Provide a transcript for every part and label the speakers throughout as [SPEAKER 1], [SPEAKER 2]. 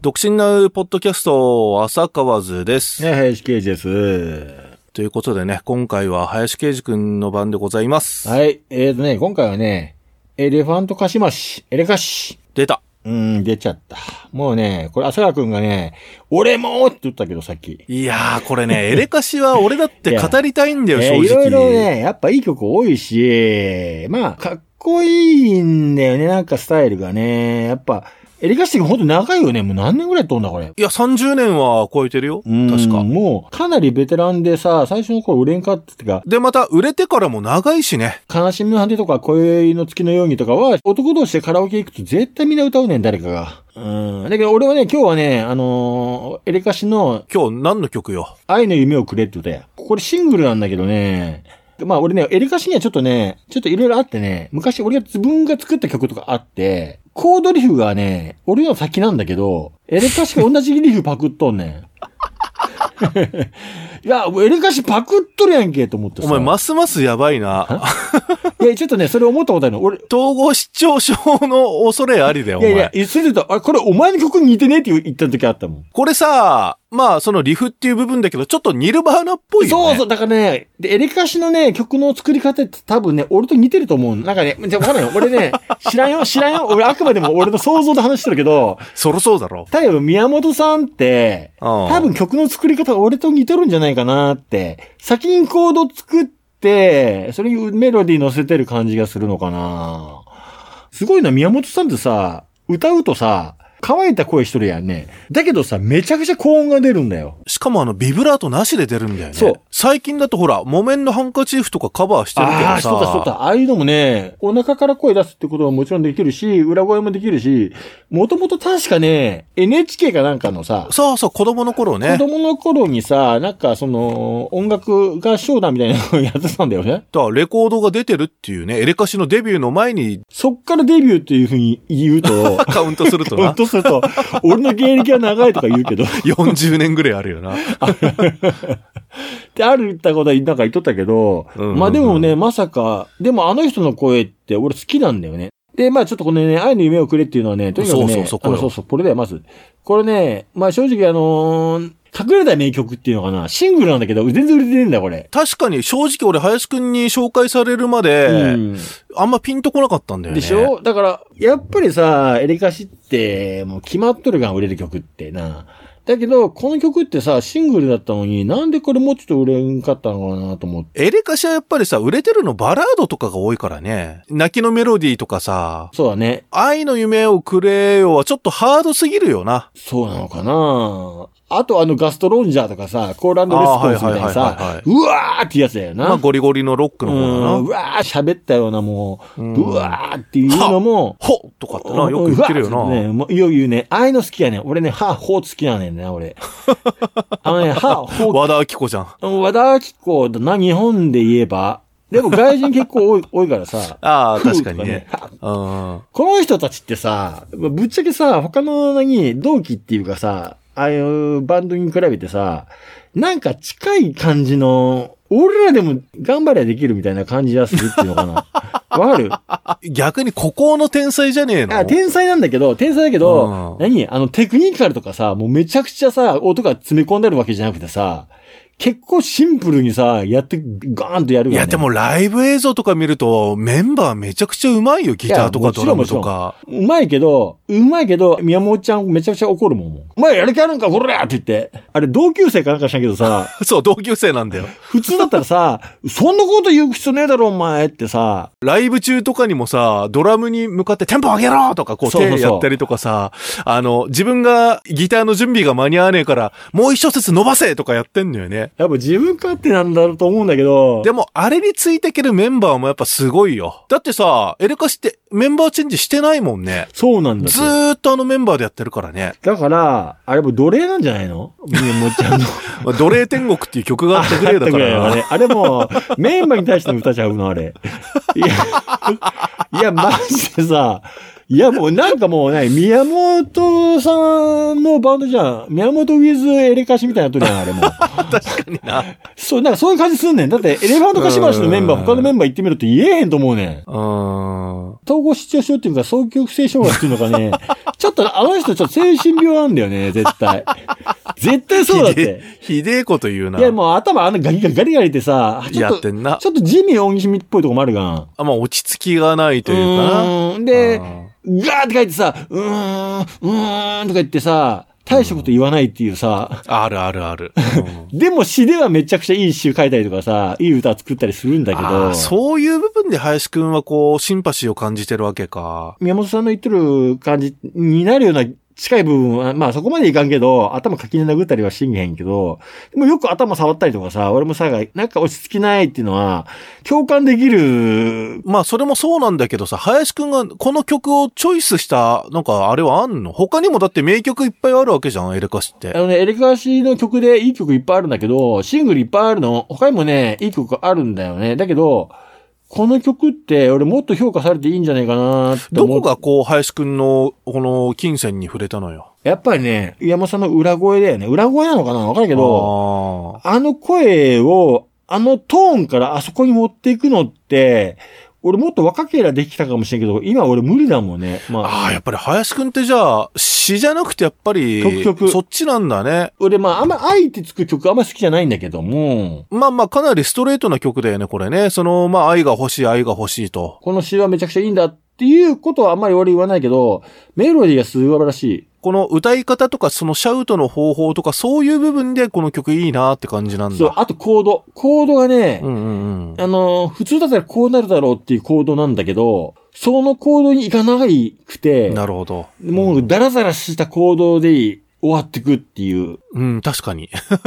[SPEAKER 1] 独身なうポッドキャスト、浅川図です。
[SPEAKER 2] ね、林刑事です。
[SPEAKER 1] ということでね、今回は林啓司くんの番でございます。
[SPEAKER 2] はい。えーとね、今回はね、エレファントカシマシ、エレカシ。
[SPEAKER 1] 出た。
[SPEAKER 2] うーん、出ちゃった。もうね、これ、浅川くんがね、俺もって言ったけど、さっき。
[SPEAKER 1] いやー、これ ね、エレカシは俺だって
[SPEAKER 2] いや
[SPEAKER 1] 語りたいんだよ、正
[SPEAKER 2] えー
[SPEAKER 1] 直。
[SPEAKER 2] いろいろね、やっぱいい曲多いし、まあ、かっこいいんだよね、なんかスタイルがね。やっぱ、エレカシってほんと長いよね。もう何年ぐらいやっとんだ、これ。
[SPEAKER 1] いや、30年は超えてるよ。
[SPEAKER 2] うん
[SPEAKER 1] 確か。
[SPEAKER 2] もう、かなりベテランでさ、最初の頃売れんかったってか、
[SPEAKER 1] で、また、売れてからも長いしね。
[SPEAKER 2] 悲しみの果てとか、恋の月の容疑とかは、男同士でカラオケ行くと絶対みんな歌うねん、誰かが。うん。だけど俺はね、今日はね、あのーエレカシの
[SPEAKER 1] 今日何の曲よ。
[SPEAKER 2] 愛の夢をくれって歌や。これシングルなんだけどね。まあ俺ね、エレカシにはちょっとね、ちょっといろいろあってね、昔俺が自分が作った曲とかあって、コードリフがね、俺の先なんだけど、エレカシが同じリフパクっとんねん。 いや、エレカシパクっとるやんけと思ってさ。
[SPEAKER 1] お前、ますますやばいな。
[SPEAKER 2] いや、ちょっとね、それ思ったことあるの。俺、
[SPEAKER 1] 統合失調症の恐れありだよ、お
[SPEAKER 2] いや
[SPEAKER 1] 前。
[SPEAKER 2] いや、いやそれで言うと、あれ、これお前の曲に似てねって言った時あったもん。
[SPEAKER 1] これさ、まあ、そのリフっていう部分だけど、ちょっとニルバーナっぽいよね。
[SPEAKER 2] そうそう、だからね、で、エレカシのね、曲の作り方って多分ね、俺と似てると思うの。なんかね、じゃあわかんないよ。俺ね、知らんよ、知らんよ。俺あくまでも俺の想像で話してるけど、
[SPEAKER 1] そろそうだろ。
[SPEAKER 2] 多分宮本さんって、
[SPEAKER 1] うん
[SPEAKER 2] 多分曲の作り方が俺と似てるんじゃないかなって、先にコード作って、それにメロディー乗せてる感じがするのかなすごいな、宮本さんってさ、歌うとさ、乾いた声しとるやんね。だけどさ、めちゃくちゃ高音が出るんだよ。
[SPEAKER 1] しかもあの、ビブラートなしで出るんだよね。
[SPEAKER 2] そう
[SPEAKER 1] 最近だとほら、木綿のハンカチーフとかカバーしてるけど
[SPEAKER 2] あ
[SPEAKER 1] さ。
[SPEAKER 2] あー、しとったしとった。ああいうのもね、お腹から声出すってことはもちろんできるし、裏声もできるし、もともと確かね、NHK かなんかのさ、
[SPEAKER 1] そうそう、子供の頃ね。
[SPEAKER 2] 子供の頃にさ、なんかその、音楽合唱団みたいなのをやってたんだよね。
[SPEAKER 1] だからレコードが出てるっていうね、エレカシのデビューの前に
[SPEAKER 2] そっからデビューっていうふうに言
[SPEAKER 1] 、
[SPEAKER 2] うと
[SPEAKER 1] カウントすると
[SPEAKER 2] ほん
[SPEAKER 1] な、
[SPEAKER 2] とすると、俺の芸歴は長いとか言うけど、
[SPEAKER 1] 40年ぐらいあるよな。
[SPEAKER 2] ってあるったことはなんか言っとったけど、
[SPEAKER 1] うんうんうん
[SPEAKER 2] まあでもね、まさか、でもあの人の声って俺好きなんだよね。で、まあちょっとこのね、愛の夢をくれっていうのはね、とにかくね、
[SPEAKER 1] そうそうそうこ
[SPEAKER 2] あ
[SPEAKER 1] れ
[SPEAKER 2] のそうそう、これだよ、まず。これね、まあ正直あのー隠れた名曲っていうのかな、シングルなんだけど、全然売れてねえんだよ、これ。
[SPEAKER 1] 確かに正直俺、林くんに紹介されるまで、
[SPEAKER 2] うん
[SPEAKER 1] あんまピンとこなかったんだよね。
[SPEAKER 2] でしょだから、やっぱりさ、エレカシって、もう決まっとるがん、売れる曲ってな。だけど、この曲ってさ、シングルだったのに、なんでこれもうちょっと売れんかったのかなと思って。
[SPEAKER 1] エレカシはやっぱりさ、売れてるのバラードとかが多いからね。泣きのメロディーとかさ、
[SPEAKER 2] そうだね。
[SPEAKER 1] 愛の夢をくれよはちょっとハードすぎるよな。
[SPEAKER 2] そうなのかなあとあのガストロンジャーとかさ、コーランドレスポンスみたいな
[SPEAKER 1] あーはいはいはいはいは
[SPEAKER 2] さ
[SPEAKER 1] い、
[SPEAKER 2] うわーってやつだよな。
[SPEAKER 1] まあゴリゴリのロックの方だな。
[SPEAKER 2] うんうわー喋ったようなもう、
[SPEAKER 1] う
[SPEAKER 2] うんわーっていうのも、
[SPEAKER 1] ほっとかってな、よく言ってるよ
[SPEAKER 2] うわ
[SPEAKER 1] な。
[SPEAKER 2] ね、もういよいよね、ああいうの好きやねん。俺ね、歯、ほ好きやねんな、 俺。あのね、歯、ほ
[SPEAKER 1] 和田明子じゃん。あ
[SPEAKER 2] 和田アキ子だな、日本で言えば。でも外人結構多い 多いからさ。
[SPEAKER 1] あ、確かにね。
[SPEAKER 2] ふうとかね
[SPEAKER 1] うん。
[SPEAKER 2] この人たちってさ、ぶっちゃけさ、他の何、同期っていうかさ、ああいうバンドに比べてさ、なんか近い感じの、俺らでも頑張りゃできるみたいな感じがするっていうの かな。わかる
[SPEAKER 1] 逆に孤高の天才じゃねえの
[SPEAKER 2] あ、天才なんだけど、天才だけど、
[SPEAKER 1] う
[SPEAKER 2] 何あの、テクニカルとかさ、もうめちゃくちゃさ、音が詰め込んであるわけじゃなくてさ、結構シンプルにさ、やって、ガーンとやる
[SPEAKER 1] い
[SPEAKER 2] よね。
[SPEAKER 1] や、でもライブ映像とか見ると、メンバーめちゃくちゃうまいよ、ギターと
[SPEAKER 2] い
[SPEAKER 1] か
[SPEAKER 2] やも
[SPEAKER 1] ド
[SPEAKER 2] ち
[SPEAKER 1] ラ
[SPEAKER 2] ろん
[SPEAKER 1] ムとか。
[SPEAKER 2] うまいけど、うまいけど、宮本ちゃんめちゃくちゃ怒るもんもう。お前やる気あるんか、こらって言って。あれ、同級生かなんかしたけどさ、
[SPEAKER 1] そう、同級生なんだよ。
[SPEAKER 2] 普通だったらさ、そんなこと言う必要ねえだろ、お前ってさ、
[SPEAKER 1] ライブ中とかにもさ、ドラムに向かってテンポ上げろとか、こう、
[SPEAKER 2] そうそうそう
[SPEAKER 1] 手やったりとかさ、あの、自分がギターの準備が間に合わねえから、もう一小節伸ばせとかやってんのよね。
[SPEAKER 2] やっぱ自分勝手なんだろうと思うんだけど、
[SPEAKER 1] でも、あれについてけるメンバーもやっぱすごいよ。だってさ、エレカシってメンバーチェンジしてないもんね。
[SPEAKER 2] そうなんだって
[SPEAKER 1] ずーっとあのメンバーでやってるからね。
[SPEAKER 2] だから、あれも奴隷なんじゃないの宮本ちゃんの。
[SPEAKER 1] まあ奴隷天国っていう曲があったぐらいだからな
[SPEAKER 2] あ。れ、あれもう、メンバーに対しての歌ちゃうの、あれ。いや、いや、マジでさ、いや、もうなんかもうね、宮本さんののバンドじゃん。宮本ウィズエレカシみたいになとるやん、あれも。
[SPEAKER 1] 確かにな。
[SPEAKER 2] そう、なんかそういう感じすんねん。だって、エレファントカシマシのメンバ
[SPEAKER 1] う
[SPEAKER 2] ー、
[SPEAKER 1] ん
[SPEAKER 2] 他のメンバー行ってみると言えへんと思うねん。
[SPEAKER 1] うーん。
[SPEAKER 2] 統合失調症っていうか、双極性障害っていうのかね、 ちょっとあの人ちょっと精神病あんだよね、絶対。絶対そうだっ
[SPEAKER 1] ひ
[SPEAKER 2] て。
[SPEAKER 1] でえ、ひでえこと言うな。
[SPEAKER 2] いや、もう頭あんなガリガリガリガリってさ、ちょ
[SPEAKER 1] や
[SPEAKER 2] っ
[SPEAKER 1] って
[SPEAKER 2] と、
[SPEAKER 1] んな。
[SPEAKER 2] ちょっと地味大西みっぽいとこもあるがん。
[SPEAKER 1] あ、まあ、落ち着きがないというかな。
[SPEAKER 2] うーんで
[SPEAKER 1] う、ん
[SPEAKER 2] ガーって書いてさ、うーん、うーんとか言ってさ、大したこと言わないっていうさ、
[SPEAKER 1] あるあるあ る。うん
[SPEAKER 2] でも詩ではめちゃくちゃいい詩書いたりとかさ、いい歌作ったりするんだけ
[SPEAKER 1] あ
[SPEAKER 2] ど
[SPEAKER 1] ー、そういう部分で林くんはこう、シンパシーを感じてるわけか。
[SPEAKER 2] 宮本さんの言ってる感じになるような近い部分は、まあそこまでいかんけど、頭かき殴ったりはしんげへんけど、でもよく頭触ったりとかさ、俺もさ、なんか落ち着きないっていうのは、共感できる、
[SPEAKER 1] まあ、それもそうなんだけどさ、林くんがこの曲をチョイスした、なんかあれはあんの他にもだって名曲いっぱいあるわけじゃん、エレカシっ
[SPEAKER 2] あ
[SPEAKER 1] て。
[SPEAKER 2] のね、エレカシの曲でいい曲いっぱいあるんだけど、シングルいっぱいあるの、他にもね、いい曲あるんだよね。だけど、この曲って俺もっと評価されていいんじゃないかなって
[SPEAKER 1] ど
[SPEAKER 2] 思う
[SPEAKER 1] こがこう、林くんの、この、金銭に触れたのよ。
[SPEAKER 2] やっぱりね、山本さんの裏声だよね。裏声なのかなわかるけど、
[SPEAKER 1] ど、
[SPEAKER 2] あの声を、あのトーンからあそこに持っていくのって、俺もっと若ければできたかもしれんけど、今俺無理だもんね。まあ、
[SPEAKER 1] ああ、やっぱり林くんってじゃあ、詩じゃなくてやっぱり、
[SPEAKER 2] 曲曲
[SPEAKER 1] そっちなんだね。
[SPEAKER 2] 俺まあ、あんま愛ってつく曲あんま好きじゃないんだけども、
[SPEAKER 1] まあまあ、かなりストレートな曲だよね、これね。その、まあ、愛が欲しい、愛が欲しいと。
[SPEAKER 2] この詩はめちゃくちゃいいんだっていうことはあんまり俺言わないけど、メロディーが素晴らしい。
[SPEAKER 1] この歌い方とか、そのシャウトの方法とか、そういう部分でこの曲いいなって感じなんだ。
[SPEAKER 2] そう、あとコード。コードがね、
[SPEAKER 1] うんうんう
[SPEAKER 2] あ
[SPEAKER 1] ん。
[SPEAKER 2] の、普通だったらこうなるだろうっていうコードなんだけど、そのコードに行かないくて、
[SPEAKER 1] なるほど。
[SPEAKER 2] もうダラダラしたコードで終わってくっていう。
[SPEAKER 1] うん、確かに。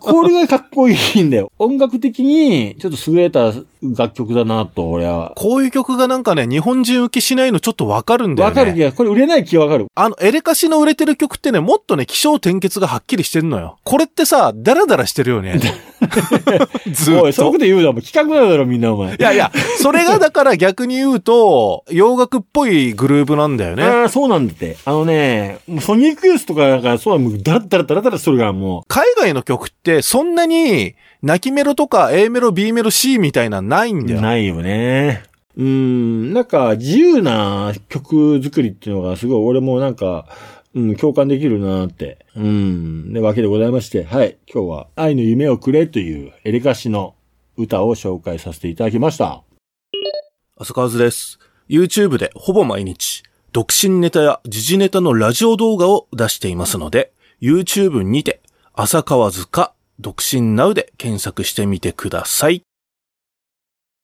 [SPEAKER 2] これがかっこいいんだよ。音楽的に、ちょっと優れた楽曲だなと、俺は。
[SPEAKER 1] こういう曲がなんかね、日本人受けしないのちょっとわかるんだよ
[SPEAKER 2] わ
[SPEAKER 1] ね。
[SPEAKER 2] かる気が、これ売れない気はわかる。
[SPEAKER 1] あの、エレカシの売れてる曲ってね、もっとね、気象転結がはっきりしてんのよ。これってさ、ダラダラしてるよ ね。ず
[SPEAKER 2] お
[SPEAKER 1] っ
[SPEAKER 2] い、そういう
[SPEAKER 1] と
[SPEAKER 2] こ。と言うな、お前。企画なのだろ、みんな、お前。
[SPEAKER 1] いやいや、それがだから逆に言うと、洋楽っぽいグルーヴなんだよね。
[SPEAKER 2] ああ、そうなんだって。あのね、もうソニックユースとかなんか、そうなんもうダラッダラッダラッダラするから、も
[SPEAKER 1] 海外の曲ってそんなに泣きメロとか A メロ、B メロ、C みたいなのないん
[SPEAKER 2] う。
[SPEAKER 1] だよ。
[SPEAKER 2] ないよね。うーん、なんか、自由な曲作りっていうのが、すごい、俺もなんか、うん、共感できるなって。うん、で、わけでございまして、はい、今日は、愛の夢をくれという、エレカシの歌を紹介させていただきました。
[SPEAKER 1] 浅川図です。YouTube でほぼ毎日、独身ネタや時事ネタのラジオ動画を出していますので、YouTube にて、浅川図か、独身ナウで検索してみてください。